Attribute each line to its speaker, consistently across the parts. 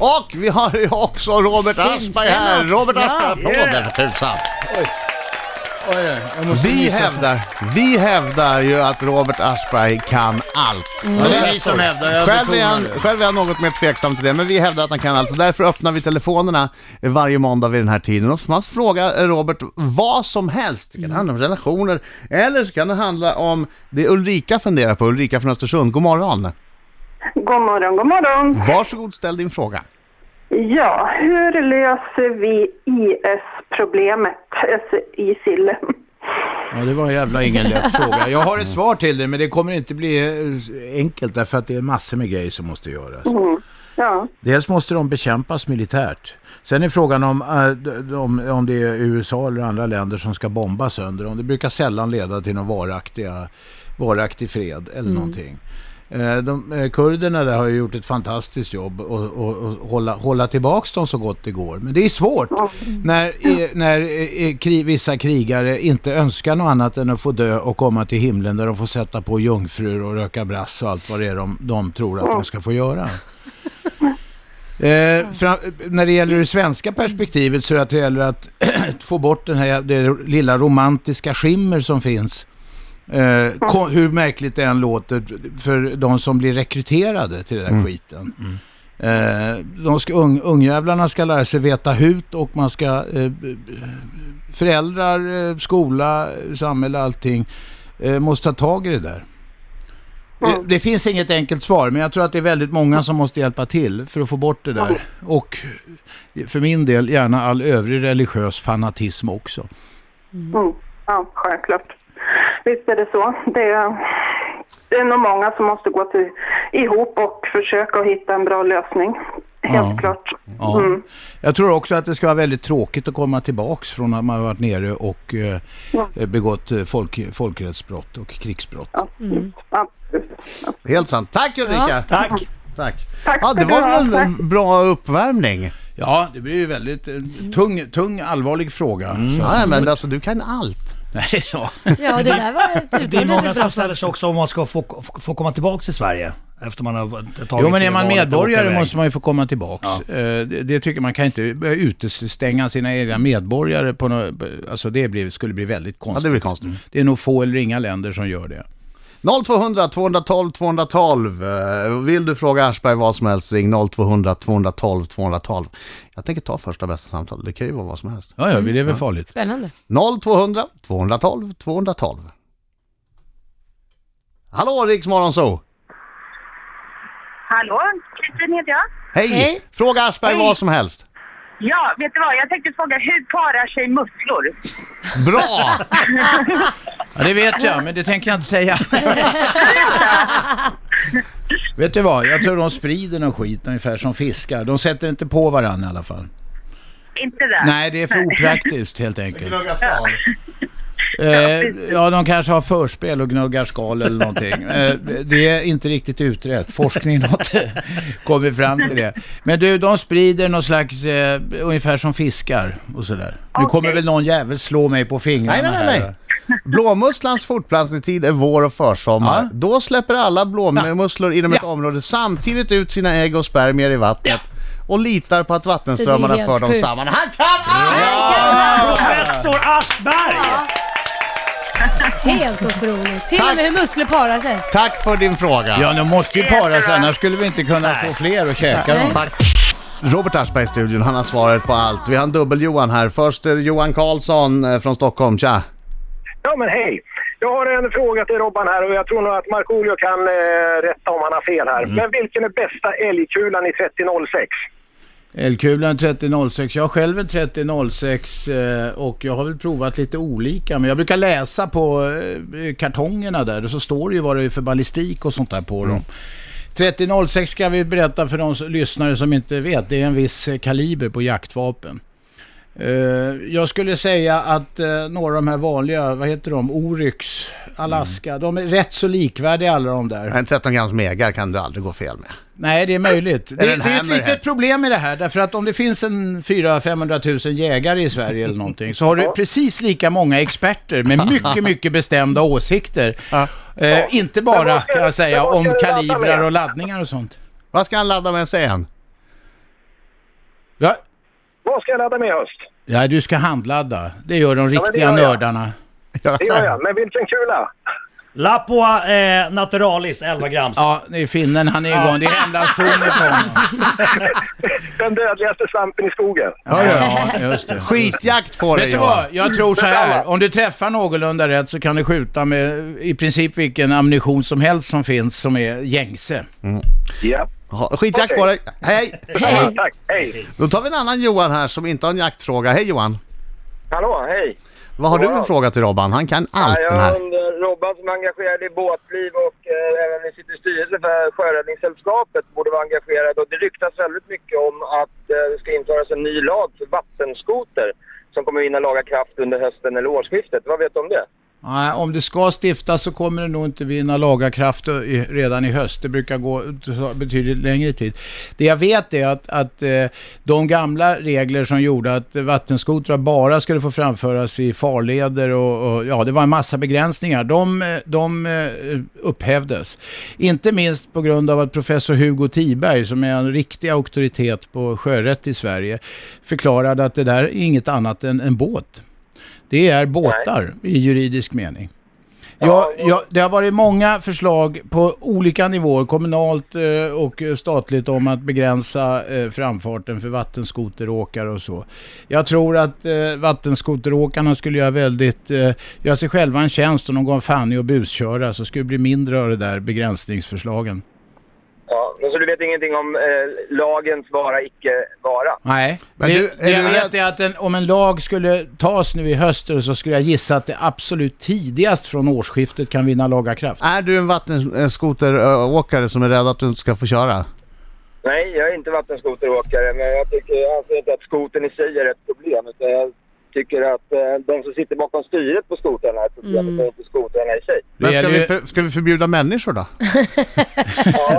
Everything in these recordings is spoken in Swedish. Speaker 1: Och vi har ju också Robert
Speaker 2: Finns
Speaker 1: Aschberg
Speaker 2: det
Speaker 1: här.
Speaker 2: något?
Speaker 1: Robert
Speaker 2: Ja.
Speaker 1: Aschberg, applåder för tusan.
Speaker 3: Oj, jag måste
Speaker 1: Vi
Speaker 3: visa-
Speaker 1: hävdar, vi hävdar ju att Robert Aschberg kan allt.
Speaker 3: Mm. Ja, det är vi som hävdar, jag
Speaker 1: Mm. Själv är,
Speaker 3: betonar
Speaker 1: han,
Speaker 3: det.
Speaker 1: själv är jag något mer tveksam till det, men vi hävdar att han kan allt. Så därför öppnar vi telefonerna varje måndag vid den här tiden och man frågar eh, Robert vad som helst. Det kan handla om
Speaker 3: Mm.
Speaker 1: relationer, eller så kan det handla om det Ulrika funderar på, Ulrika från Östersund. God morgon.
Speaker 4: God morgon, god morgon.
Speaker 1: Varsågod, ställ din fråga.
Speaker 4: Ja, hur löser vi IS-problemet? ISIL.
Speaker 3: Ja, det var en jävla ingen lätt fråga. Jag har ett svar till dig, men det kommer inte bli eh, enkelt därför att det är massor med grejer som måste göras.
Speaker 4: Ja.
Speaker 3: Dels måste de bekämpas militärt. Sen är frågan om, eh, d- d- om, om det är USA eller andra länder som ska bomba sönder dem. Det brukar sällan leda till någon varaktiga, varaktig fred eller någonting. Eh, De, eh, kurderna där har ju gjort ett fantastiskt jobb och, och, och hålla, hålla tillbaks dem så gott det går. Men det är svårt när, eh, när eh, eh, krig, vissa krigare inte önskar något annat än att få dö och komma till himlen där de får sätta på jungfrur och röka brass och allt vad det är de, de tror att de ska få göra. Eh, fram, när det gäller det svenska perspektivet så är det att det gäller att få bort den här, det lilla romantiska skimmer som finns. Eh, ko- hur märkligt det än låter för de som blir rekryterade till den här skiten. Eh, de ska, ung, ungjävlarna ska lära sig veta hut och man ska... Eh, b- b- föräldrar, eh, skola, eh, samhälle, allting eh, måste ta tag i det där. Det, det finns inget enkelt svar, men jag tror att det är väldigt många som måste hjälpa till för att få bort det där. Och eh, för min del gärna all övrig religiös fanatism också.
Speaker 4: Mm. ja, självklart. Visst är det så. Det är, det är nog många som måste gå till, ihop och försöka att hitta en bra lösning. Helt
Speaker 3: Ja.
Speaker 4: klart.
Speaker 3: Ja. Jag tror också att det ska vara väldigt tråkigt att komma tillbaks från att man har varit nere och eh, begått eh, folk, folkrättsbrott och krigsbrott.
Speaker 4: Absolut.
Speaker 1: Helt sant. Tack Ulrika!
Speaker 2: Ja, tack.
Speaker 1: Tack.
Speaker 4: Tack
Speaker 1: ja, det
Speaker 4: ska du
Speaker 1: var
Speaker 4: ha.
Speaker 1: väl
Speaker 4: Tack.
Speaker 1: en bra uppvärmning?
Speaker 3: Ja, det blir ju väldigt eh, tung, tung allvarlig fråga. Så,
Speaker 1: Ja, men alltså du kan allt.
Speaker 3: nej, ja.
Speaker 2: Ja, det där var ett
Speaker 5: Det är
Speaker 2: utomordentligt
Speaker 5: många
Speaker 2: bra
Speaker 5: som
Speaker 2: svar.
Speaker 5: ställer sig också om man ska få, få, få komma tillbaka till Sverige efter man har tagit
Speaker 3: Jo, men är man
Speaker 5: valet och åkt
Speaker 3: medborgare
Speaker 5: iväg.
Speaker 3: måste man ju få komma tillbaks. Eh, det, det tycker man kan inte börja utestänga sina egna medborgare på något, alltså det blir, skulle bli väldigt
Speaker 1: Ja,
Speaker 3: konstigt.
Speaker 1: det blir konstigt.
Speaker 3: Det är nog få eller inga länder som gör det.
Speaker 1: 0200 212 212. Eh, Vill du fråga Aschberg vad som helst, ring 0200 212 212. Jag tänker ta första bästa samtal, det kan ju vara vad som helst.
Speaker 3: Mm. Ja, ja, det är väl farligt.
Speaker 2: Spännande.
Speaker 1: 0200 212 212. Hallå Riks Morgonzoo!
Speaker 6: Hallå, Kristin heter jag.
Speaker 1: Hej!
Speaker 2: Hej.
Speaker 1: Fråga Aschberg
Speaker 6: Hej.
Speaker 1: vad som helst.
Speaker 6: Ja, vet du vad? Jag tänkte fråga, hur parar sig musslor?
Speaker 1: Bra!
Speaker 3: Ja, det vet jag, men det tänker jag inte säga. vet du vad, jag tror de sprider någon skit ungefär som fiskar. De sätter inte på varandra i alla fall.
Speaker 6: Inte det?
Speaker 3: Nej, det är för opraktiskt helt enkelt.
Speaker 1: Gnuggas av.
Speaker 3: Eh, ja, de kanske har förspel och gnuggar skal eller någonting. Eh, det är inte riktigt utrett. Forskningen har inte kommit fram till det. Men du, de sprider någon slags, eh, ungefär som fiskar och sådär. Nu kommer
Speaker 6: Okej.
Speaker 3: väl någon jävel slå mig på fingrarna
Speaker 1: Nej, nej, nej.
Speaker 3: här.
Speaker 1: nej. Blåmusslans fortplantningstid är vår och försommar.
Speaker 3: Ja.
Speaker 1: Då släpper alla blåmusslor inom ett
Speaker 3: Ja.
Speaker 1: område samtidigt ut sina ägg och spermier i vattnet och litar på att vattenströmmarna
Speaker 2: Så det är
Speaker 1: för
Speaker 2: helt
Speaker 1: dem
Speaker 2: sjukt.
Speaker 1: samman. Han kan allt!
Speaker 5: Professor Aschberg!
Speaker 2: Helt otroligt. Till
Speaker 1: Tack.
Speaker 2: och med hur musslor parar sig.
Speaker 1: Tack för din fråga.
Speaker 3: Ja, de måste ju paras annars skulle vi inte kunna få fler att käka dem.
Speaker 1: Tack. Robert Aschberg i studion, han har svaret på allt. Vi har en dubbel-Johan här. Först är det Johan Karlsson eh, från Stockholm, tja.
Speaker 7: Ja, men hej. Jag har en fråga till Robban här och jag tror nog att Markoolio kan eh, rätta om han har fel här. Men vilken är bästa älgkulan i 3006?
Speaker 3: Elkulan 3006. Jag har själv en 3006 eh, och jag har väl provat lite olika. Men jag brukar läsa på eh, kartongerna där och så står det ju vad det är för ballistik och sånt där på dem. 3006 ska vi berätta för de s- lyssnare som inte vet. Det är en viss eh, kaliber på jaktvapen. Eh, Jag skulle säga att eh, några av de här vanliga, vad heter de, Oryx, Alaska, de är rätt så likvärdiga alla de där.
Speaker 1: En 13 grams megar kan du aldrig gå fel med.
Speaker 3: Nej, det är möjligt. Det, det
Speaker 1: en
Speaker 3: är ett
Speaker 1: hammerhead?
Speaker 3: litet problem med det här, därför att om det finns en 400-500 000 jägare i Sverige eller någonting, så har du precis lika många experter med mycket, mycket bestämda åsikter. Eh, inte
Speaker 7: Men
Speaker 3: bara,
Speaker 7: vad ska-
Speaker 3: kan jag säga,
Speaker 7: men vad
Speaker 3: om
Speaker 7: ska du ladda
Speaker 3: kalibrar
Speaker 7: med?
Speaker 3: och laddningar och sånt.
Speaker 1: Vad ska han ladda med, säger han?
Speaker 7: spelade med i höst.
Speaker 3: Nej, du ska handladda. Det gör de
Speaker 7: men det
Speaker 3: riktiga
Speaker 7: gör jag.
Speaker 3: nördarna.
Speaker 7: Det gör jag. Men vilken kula!
Speaker 5: Lapua eh, naturalis 11 grams.
Speaker 3: Ja, det är finnen. Han är igång. Det är endast tonen på honom.
Speaker 7: Den dödligaste svampen i skogen.
Speaker 3: Ja, ja, ja, just det.
Speaker 1: Skitjakt på dig
Speaker 3: Vet du
Speaker 1: Johan.
Speaker 3: vad? Jag tror så här. Om du träffar någorlunda rätt så kan du skjuta med i princip vilken ammunition som helst som finns som är gängse.
Speaker 7: Ja.
Speaker 1: Ha, Skitjakt på dig.
Speaker 7: Okej.
Speaker 1: Hej!
Speaker 7: Ja, tack, hej!
Speaker 1: Då tar vi en annan Johan här som inte har en jaktfråga. Hej Johan!
Speaker 8: Hallå, hej!
Speaker 1: Vad har du för
Speaker 8: Johan.
Speaker 1: fråga till Robban? Han kan allt
Speaker 8: Ja,
Speaker 1: den
Speaker 8: jag
Speaker 1: här.
Speaker 8: undrar, Robban som är engagerad i båtliv och eh, även i sitt styrelse för Sjöräddningssällskapet borde vara engagerad. Och det ryktas väldigt mycket om att eh, det ska införas en ny lag för vattenskoter som kommer vinna laga kraft under hösten eller årsskiftet. Vad vet du om det?
Speaker 3: Nej, om det ska stiftas så kommer det nog inte vinna laga kraft i- redan i höst. Det brukar gå ta betydligt längre tid. Det jag vet är att, att eh, de gamla regler som gjorde att vattenskotrar bara skulle få framföras i farleder och, och ja, det var en massa begränsningar. De, eh, de eh, upphävdes. Inte minst på grund av att professor Hugo Tiberg, som är en riktig auktoritet på sjörätt i Sverige, förklarade att det där är inget annat än en båt. Det är båtar i juridisk mening. Ja, ja, det har varit många förslag på olika nivåer, kommunalt eh, och statligt, om att begränsa eh, framfarten för vattenskoteråkare och så. Jag tror att eh, vattenskoteråkarna skulle göra väldigt, eh, göra sig själva en tjänst om de gav fan i att busköra, så skulle det bli mindre av det där begränsningsförslagen.
Speaker 8: Ja, men så Alltså, du vet ingenting om eh, lagens vara icke vara?
Speaker 3: Nej,
Speaker 1: Men
Speaker 3: det,
Speaker 1: du,
Speaker 3: det
Speaker 1: är
Speaker 3: jag
Speaker 1: du
Speaker 3: vet
Speaker 1: rädd-
Speaker 3: är att en, om en lag skulle tas nu i höster så skulle jag gissa att det absolut tidigast från årsskiftet kan vinna laga kraft.
Speaker 1: Är du en vattenskoteråkare som är rädd att du inte ska få köra?
Speaker 8: Nej, jag är inte vattenskoteråkare, men jag, tycker, jag anser inte att skotern i sig är ett problem. Utan jag tycker att eh, de som sitter bakom styret på skotrarna är ett problem, utan inte skotrarna i sig.
Speaker 1: Men ska,
Speaker 3: Det gäller
Speaker 1: vi
Speaker 3: ju-
Speaker 1: för, ska vi förbjuda människor då?
Speaker 8: Ja,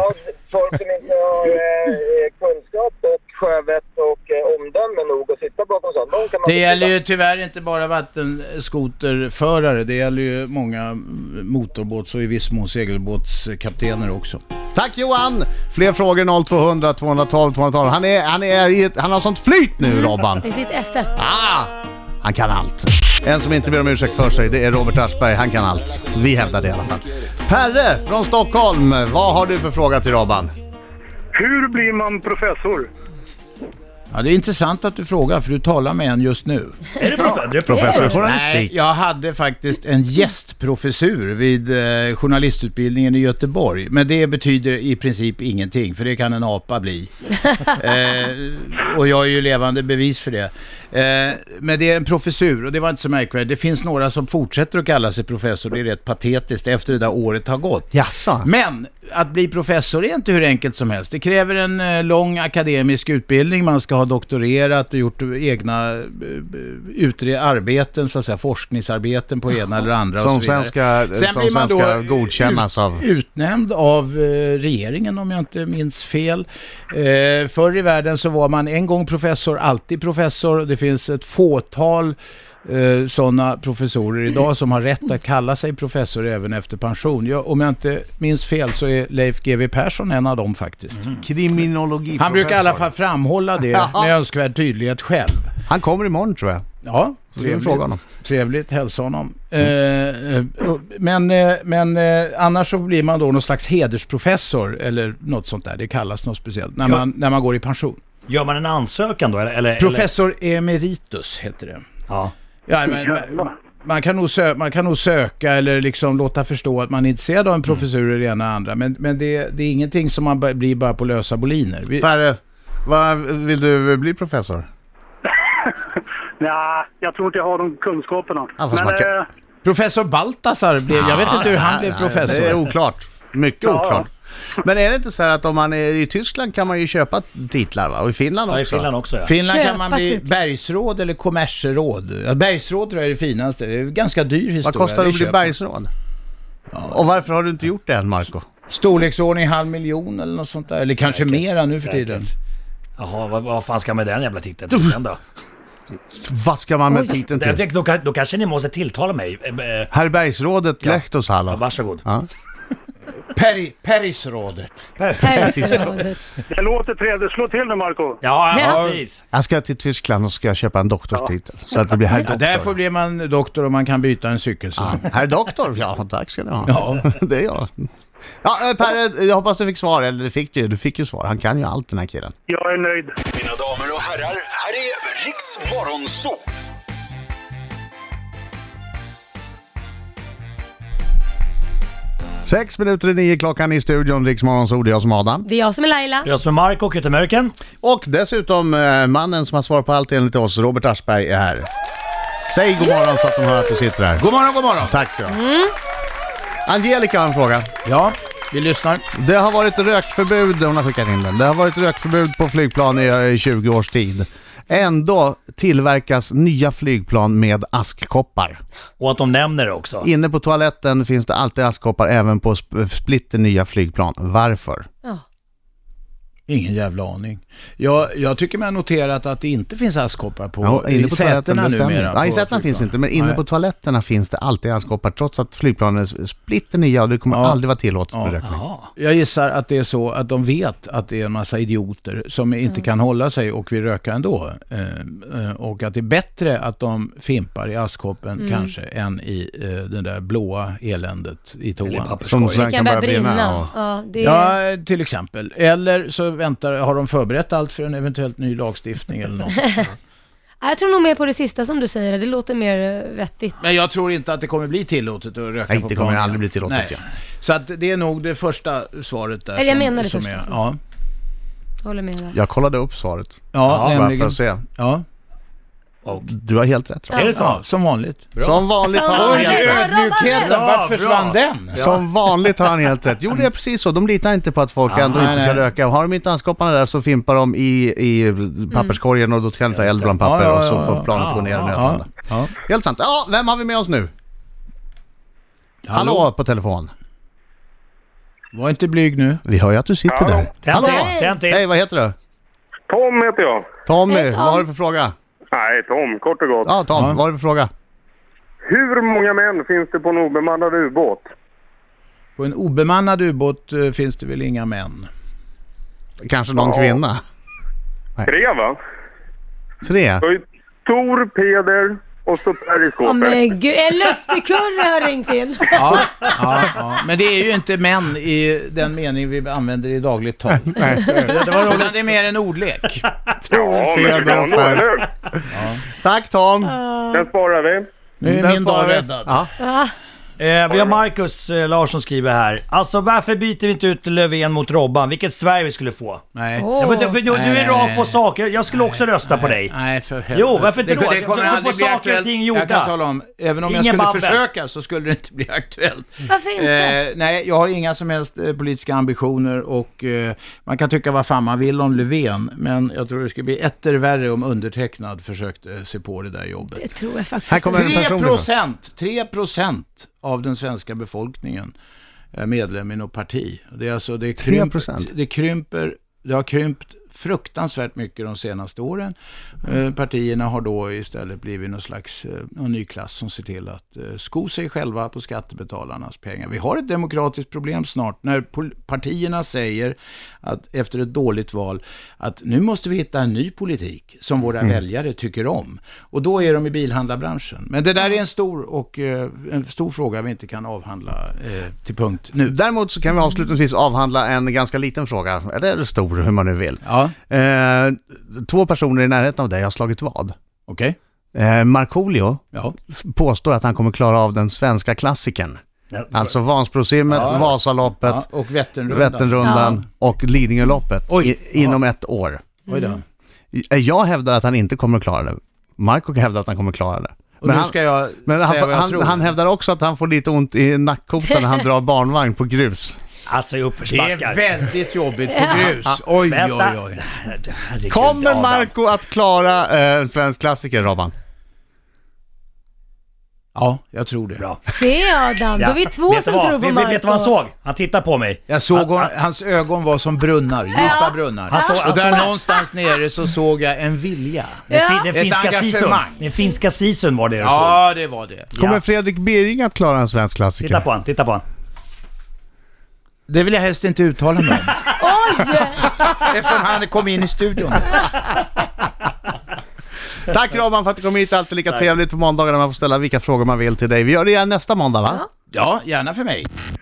Speaker 8: folk som inte har eh, kunskap och sjövett och eh, omdöme nog att sitta bakom sånt, de kan man
Speaker 3: Det gäller
Speaker 8: förbjuda.
Speaker 3: ju tyvärr inte bara vattenskoterförare, det gäller ju många mm, motorbåts och i viss mån segelbåtskaptener också.
Speaker 1: Tack Johan! Fler frågor 0200 212 212. Han, är, han, är i ett, han har sånt flyt nu Robban!
Speaker 2: I sitt esse.
Speaker 1: Ah! Han kan allt. En som inte ber om ursäkt för sig, det är Robert Aschberg. Han kan allt. Vi hävdar det i alla fall. Perre från Stockholm, vad har du för fråga till Robban?
Speaker 7: Hur blir man professor?
Speaker 3: Ja, det är intressant att du frågar för du talar med en just nu.
Speaker 5: Är det profe- du är
Speaker 1: Professor i
Speaker 5: professor?
Speaker 1: journalistik.
Speaker 3: jag hade faktiskt en gästprofessur vid eh, journalistutbildningen i Göteborg. Men det betyder i princip ingenting, för det kan en apa bli. eh, och jag är ju levande bevis för det. Eh, men det är en professur och det var inte så märkvärdigt. Det finns några som fortsätter att kalla sig professor, det är rätt patetiskt, efter det där året har gått.
Speaker 1: Jaså?
Speaker 3: Men att bli professor är inte hur enkelt som helst. Det kräver en eh, lång akademisk utbildning, man ska ha doktorerat och gjort egna eh, utre- arbeten, så att säga, forskningsarbeten på ena eller andra och
Speaker 1: Som
Speaker 3: så vidare.
Speaker 1: sen ska,
Speaker 3: Sen
Speaker 1: som
Speaker 3: blir man
Speaker 1: sen
Speaker 3: då,
Speaker 1: ska
Speaker 3: eh,
Speaker 1: godkännas av...
Speaker 3: utnämnd av eh, regeringen om jag inte minns fel. Eh, förr i världen så var man en gång professor, alltid professor. Det finns ett fåtal eh, sådana professorer idag som har rätt att kalla sig professor även efter pension. Ja, om jag inte minns fel så är Leif GW Persson en av dem faktiskt.
Speaker 1: Mm. Kriminologi.
Speaker 3: Han brukar i alla fall framhålla det med önskvärd tydlighet själv.
Speaker 1: Han kommer imorgon tror jag.
Speaker 3: Ja,
Speaker 1: vi Mm. frågar honom.
Speaker 3: Trevligt, hälsa honom. Eh, eh, och- men eh, men eh, annars så blir man då någon slags hedersprofessor eller något sånt där. Det kallas något speciellt när man, när man går i pension.
Speaker 5: Gör man en ansökan då eller? eller
Speaker 3: Professor emeritus heter det.
Speaker 5: Eller? Ja.
Speaker 3: Ja, men, man, man, kan nog sö- man kan nog söka eller liksom låta förstå att man är intresserad av
Speaker 1: Mm.
Speaker 3: en professur eller det ena och andra. Men, men det, det är ingenting som man bara blir bara på lösa boliner. Vi,
Speaker 1: Perre, vad vill du bli professor?
Speaker 9: Nej, jag tror inte jag har de kunskaperna.
Speaker 1: Ja, fast man kan-
Speaker 9: eh,
Speaker 3: professor Baltasar blev, jag vet inte hur han blev professor.
Speaker 1: Det är oklart. Mycket
Speaker 9: ja.
Speaker 1: oklart. Men är det inte så här att om man är i Tyskland kan man ju köpa titlar va? Och i Finland också?
Speaker 5: ja, i Finland också ja.
Speaker 3: Finland
Speaker 2: Köpa
Speaker 3: kan man bli
Speaker 2: titel.
Speaker 3: bergsråd eller kommersråd. Ja, bergsråd tror jag är det finaste. Det är en ganska dyr historia.
Speaker 1: Vad kostar det att bli
Speaker 3: köper-
Speaker 1: bergsråd? Och varför har du inte gjort det än Marco?
Speaker 3: Storleksordning halv miljon eller något sånt där. Eller kanske
Speaker 5: Säkert,
Speaker 3: mera nu för
Speaker 5: säkert.
Speaker 3: tiden.
Speaker 5: Jaha, vad, vad fan ska man med den jävla titeln till sen då?
Speaker 1: Vad ska man med titeln
Speaker 5: Jag
Speaker 1: till?
Speaker 5: tänkte, då, kan- då kanske ni måste tilltala mig. Eh, eh,
Speaker 1: Herr bergsrådet Lehtosalo.
Speaker 5: varsågod.
Speaker 1: Ja.
Speaker 3: Peri, Perisrådet.
Speaker 2: Perserådet.
Speaker 9: Det låter trevligt. Slå till nu, Marco.
Speaker 5: Ja, ja,
Speaker 2: Ja.
Speaker 5: precis.
Speaker 1: Jag ska till Tyskland och ska köpa en doktorstitel. Så att det blir herr
Speaker 3: Ja,
Speaker 1: doktor.
Speaker 3: därför blir man doktor om man kan byta en cykel. Så.
Speaker 1: Ja, herr doktor, ja tack ska ni ha. Det är jag. Ja, eh, per, eh, jag hoppas du fick svar, eller det fick du ju. Du fick ju svar. Han kan ju allt den här killen.
Speaker 9: Jag är nöjd.
Speaker 10: Mina damer och herrar, här är Riks Morgonzoo!
Speaker 1: Sex minuter i nio klockan i studion, Riksmorgonzoo, det är jag som är Adam.
Speaker 2: Det är jag som är Laila.
Speaker 5: Jag som är Mark och heter Mörken.
Speaker 1: Och dessutom eh, mannen som har svar på allt enligt oss, Robert Aschberg, är här. Säg god morgon så att de hör att du sitter här. God morgon, god morgon! Tack så mycket. Angelica har en fråga.
Speaker 3: Ja, vi lyssnar.
Speaker 1: Det har varit rökförbud, hon har skickat in den. Det har varit rökförbud på flygplan i eh, 20 års tid. Ändå tillverkas nya flygplan med askkoppar.
Speaker 5: Och att de nämner det också.
Speaker 1: Inne på toaletten finns det alltid askkoppar även på sp- splitter nya flygplan. Varför?
Speaker 2: Ja.
Speaker 3: Ingen jävla aning. Jag, jag tycker man har noterat att det inte finns askkoppar på,
Speaker 1: Ja,
Speaker 3: i sätena
Speaker 1: det stämmer.
Speaker 3: numera.
Speaker 1: Nej, i
Speaker 3: på
Speaker 1: sätena finns det inte,
Speaker 3: flygplan.
Speaker 1: men inne
Speaker 3: Nej.
Speaker 1: på toaletterna finns det alltid askkoppar trots att flygplanen är splitter nya och det kommer
Speaker 3: Ja.
Speaker 1: aldrig vara tillåtet med rökning.
Speaker 5: Jaha.
Speaker 3: Jag gissar att det är så att de vet att det är en massa idioter som inte
Speaker 2: Mm.
Speaker 3: kan hålla sig och vill röka ändå. Eh, eh, och att det är bättre att de fimpar i askkoppen
Speaker 2: Mm.
Speaker 3: kanske än i eh, den där blåa eländet i
Speaker 5: Eller
Speaker 3: toan.
Speaker 5: papperskoj.
Speaker 1: Som sen
Speaker 2: Kan
Speaker 1: kan
Speaker 2: börja
Speaker 1: börja
Speaker 2: brinna.
Speaker 1: brinna. ja.
Speaker 2: Ja, det är...
Speaker 3: Ja, eh, till exempel. Eller så väntar, har de förberett allt för en eventuellt ny lagstiftning eller något.
Speaker 2: Jag tror nog mer på det sista som du säger. Det låter mer eh, vettigt.
Speaker 3: Men jag tror inte att det kommer bli tillåtet att röka
Speaker 1: Nej,
Speaker 3: på
Speaker 1: det kommer
Speaker 3: planen.
Speaker 1: aldrig bli tillåtet, ja.
Speaker 3: Så att det är nog det första svaret där.
Speaker 2: Eller jag menar det
Speaker 3: som
Speaker 2: första.
Speaker 3: Är, ja,
Speaker 2: Jag håller med där.
Speaker 1: Jag kollade upp svaret,
Speaker 3: ja,
Speaker 1: bara för
Speaker 3: nämligen.
Speaker 1: att se.
Speaker 3: Ja,
Speaker 5: Och,
Speaker 1: Du har helt rätt. Robert.
Speaker 5: Är det så?
Speaker 3: ja, som vanligt.
Speaker 1: Som vanligt har
Speaker 2: Som
Speaker 1: han
Speaker 2: vanligt.
Speaker 1: helt rätt.
Speaker 3: Ödmjukheten,
Speaker 5: Bra,
Speaker 3: vart försvann
Speaker 5: bra.
Speaker 3: den?
Speaker 1: Som vanligt har han helt rätt. Jo, det är precis så. De litar inte på att folk ändå
Speaker 3: nej,
Speaker 1: inte ska
Speaker 3: nej.
Speaker 1: röka. Har de inte anskopparna där så fimpar de i, i papperskorgen och då kan det ta eld bland papper
Speaker 3: Ja, ja,
Speaker 1: och så
Speaker 3: ja,
Speaker 1: får
Speaker 3: ja.
Speaker 1: planet gå ner i
Speaker 5: Ja,
Speaker 1: nödlanda.
Speaker 3: Ja, ja.
Speaker 1: Helt sant. Ja, vem har vi med oss nu? Hallå, på telefon.
Speaker 3: Var inte blyg nu.
Speaker 1: Vi hör ju att du sitter
Speaker 7: Hallå.
Speaker 1: där.
Speaker 5: tänd till,
Speaker 2: Hallå.
Speaker 5: tänd till.
Speaker 1: Hej, vad heter du?
Speaker 7: Tom heter jag.
Speaker 1: Tommy,
Speaker 2: Hej, Tom.
Speaker 1: vad har du för fråga?
Speaker 7: Nej, Tom, kort och gott.
Speaker 1: Ja, Tom, vad har du för fråga?
Speaker 7: Hur många män finns det på en obemannad ubåt?
Speaker 3: På en obemannad ubåt eh, finns det väl inga män?
Speaker 1: Kanske någon kvinna?
Speaker 7: Tre, va?
Speaker 1: Tre?
Speaker 7: Det var ju Tor, Peder och så Per i
Speaker 2: Åh
Speaker 7: skåpet.
Speaker 2: men gud, en lustigkurre har ringt in.
Speaker 3: Ja, ja, ja. Men det är ju inte män i den mening vi använder i dagligt tal.
Speaker 1: Nej,
Speaker 3: Det var roligt. Det är mer en ordlek.
Speaker 7: Ja, men det kan då, eller hur?
Speaker 1: Tack Tom!
Speaker 7: Den sparar vi.
Speaker 3: Nu är
Speaker 1: Där
Speaker 3: min
Speaker 1: sparar
Speaker 3: dag
Speaker 1: vi.
Speaker 3: räddad.
Speaker 1: Ja.
Speaker 5: Eh, vi har Marcus eh, Larsson skriver här. Alltså varför byter vi inte ut Löfven mot Robban? Vilket Sverige vi skulle få.
Speaker 3: Nej.
Speaker 5: Ja, men, du- för, du,
Speaker 3: Nej,
Speaker 5: du är
Speaker 3: nej,
Speaker 5: rak
Speaker 3: nej.
Speaker 5: på sak. Jag, jag skulle också rösta på dig.
Speaker 3: Nej, för helvete.
Speaker 5: Jo, varför inte då?
Speaker 3: Det, det
Speaker 5: Du-
Speaker 3: kommer
Speaker 5: du får
Speaker 3: aldrig bli
Speaker 5: saker och
Speaker 3: aktuellt.
Speaker 5: ting
Speaker 3: jag
Speaker 5: gjorda.
Speaker 3: kan tala om, även om jag
Speaker 5: Ingen
Speaker 3: skulle
Speaker 5: babbel.
Speaker 3: försöka så skulle det inte bli aktuellt.
Speaker 2: Varför inte?
Speaker 3: Eh, nej, jag har inga som helst eh, politiska ambitioner och eh, man kan tycka vad fan man vill om Löfven, men jag tror det skulle bli etter värre om undertecknad försökte sig på det där jobbet.
Speaker 2: Det tror jag faktiskt.
Speaker 1: Här kommer en
Speaker 3: Tre
Speaker 1: personlig fråga.
Speaker 3: procent, tre procent av den svenska befolkningen är medlem i något parti. Det, är alltså, det, krymp,
Speaker 1: 3%?
Speaker 3: det, krymper, det har krympt fruktansvärt mycket de senaste åren. Eh, partierna har då istället blivit någon slags eh, någon ny klass som ser till att eh, sko sig själva på skattebetalarnas pengar. Vi har ett demokratiskt problem snart när pol- partierna säger att efter ett dåligt val att nu måste vi hitta en ny politik som våra väljare tycker om. Och då är de i bilhandlarbranschen. Men det där är en stor, och, eh, en stor fråga vi inte kan avhandla eh, till punkt nu.
Speaker 1: Däremot så kan vi avslutningsvis avhandla en ganska liten fråga, eller stor hur man nu vill.
Speaker 3: Ja,
Speaker 1: Eh, två personer i närheten av dig har slagit vad.
Speaker 3: okej.
Speaker 1: Eh, Markoolio
Speaker 3: Ja.
Speaker 1: s- påstår att han kommer klara av den svenska klassikern.
Speaker 5: Ja,
Speaker 1: Alltså Vansbrosimmet,
Speaker 3: ja.
Speaker 1: Vasaloppet,
Speaker 3: Och Vätternrundan.
Speaker 1: Vätternrundan och Lidingöloppet i, inom ett år.
Speaker 3: Oj då.
Speaker 1: I- Jag hävdar att han inte kommer klara det. Marco hävdar att han kommer klara det.
Speaker 3: Och nu ska jag
Speaker 1: men
Speaker 3: säga
Speaker 1: han,
Speaker 3: vad jag
Speaker 1: han,
Speaker 3: tror.
Speaker 1: han hävdar också att han får lite ont i nackkotan när han drar barnvagn på grus.
Speaker 5: Alltså i
Speaker 3: det är
Speaker 5: uppförsbackar.
Speaker 3: väldigt jobbigt på grus. Oj, oj,
Speaker 5: Vänta.
Speaker 3: oj.
Speaker 5: Herregud,
Speaker 1: Kommer
Speaker 5: Adam.
Speaker 1: Marco att klara eh, svensk klassiker, Robban?
Speaker 3: Ja, jag tror det.
Speaker 5: Bra.
Speaker 2: Se Adam, då är vi två
Speaker 5: Vet du
Speaker 2: som
Speaker 5: vad?
Speaker 2: tror på
Speaker 5: Vet-
Speaker 2: Marco.
Speaker 5: Vet du vad han såg? Han tittar på mig.
Speaker 3: Jag såg hon, hans ögon var som brunnar, djupa brunnar.
Speaker 5: Han såg-
Speaker 3: och där någonstans nere så såg jag en vilja.
Speaker 5: Den,
Speaker 2: Ja.
Speaker 5: fi,
Speaker 3: Ett
Speaker 5: den, finska sisun.
Speaker 3: engagemang.
Speaker 5: den finska sisun var det jag såg.
Speaker 3: Ja, det var det.
Speaker 1: Kommer
Speaker 5: Ja.
Speaker 1: Fredrik Bering att klara en svensk klassiker?
Speaker 5: Titta på han, titta på han.
Speaker 3: Det vill jag helst inte uttala mig om. Eftersom han kom in i studion.
Speaker 1: Tack Robban för att du kom hit, alltid lika
Speaker 3: Tack.
Speaker 1: trevligt på måndagar när man får ställa vilka frågor man vill till dig. Vi gör det igen nästa måndag va?
Speaker 3: Ja, gärna för mig.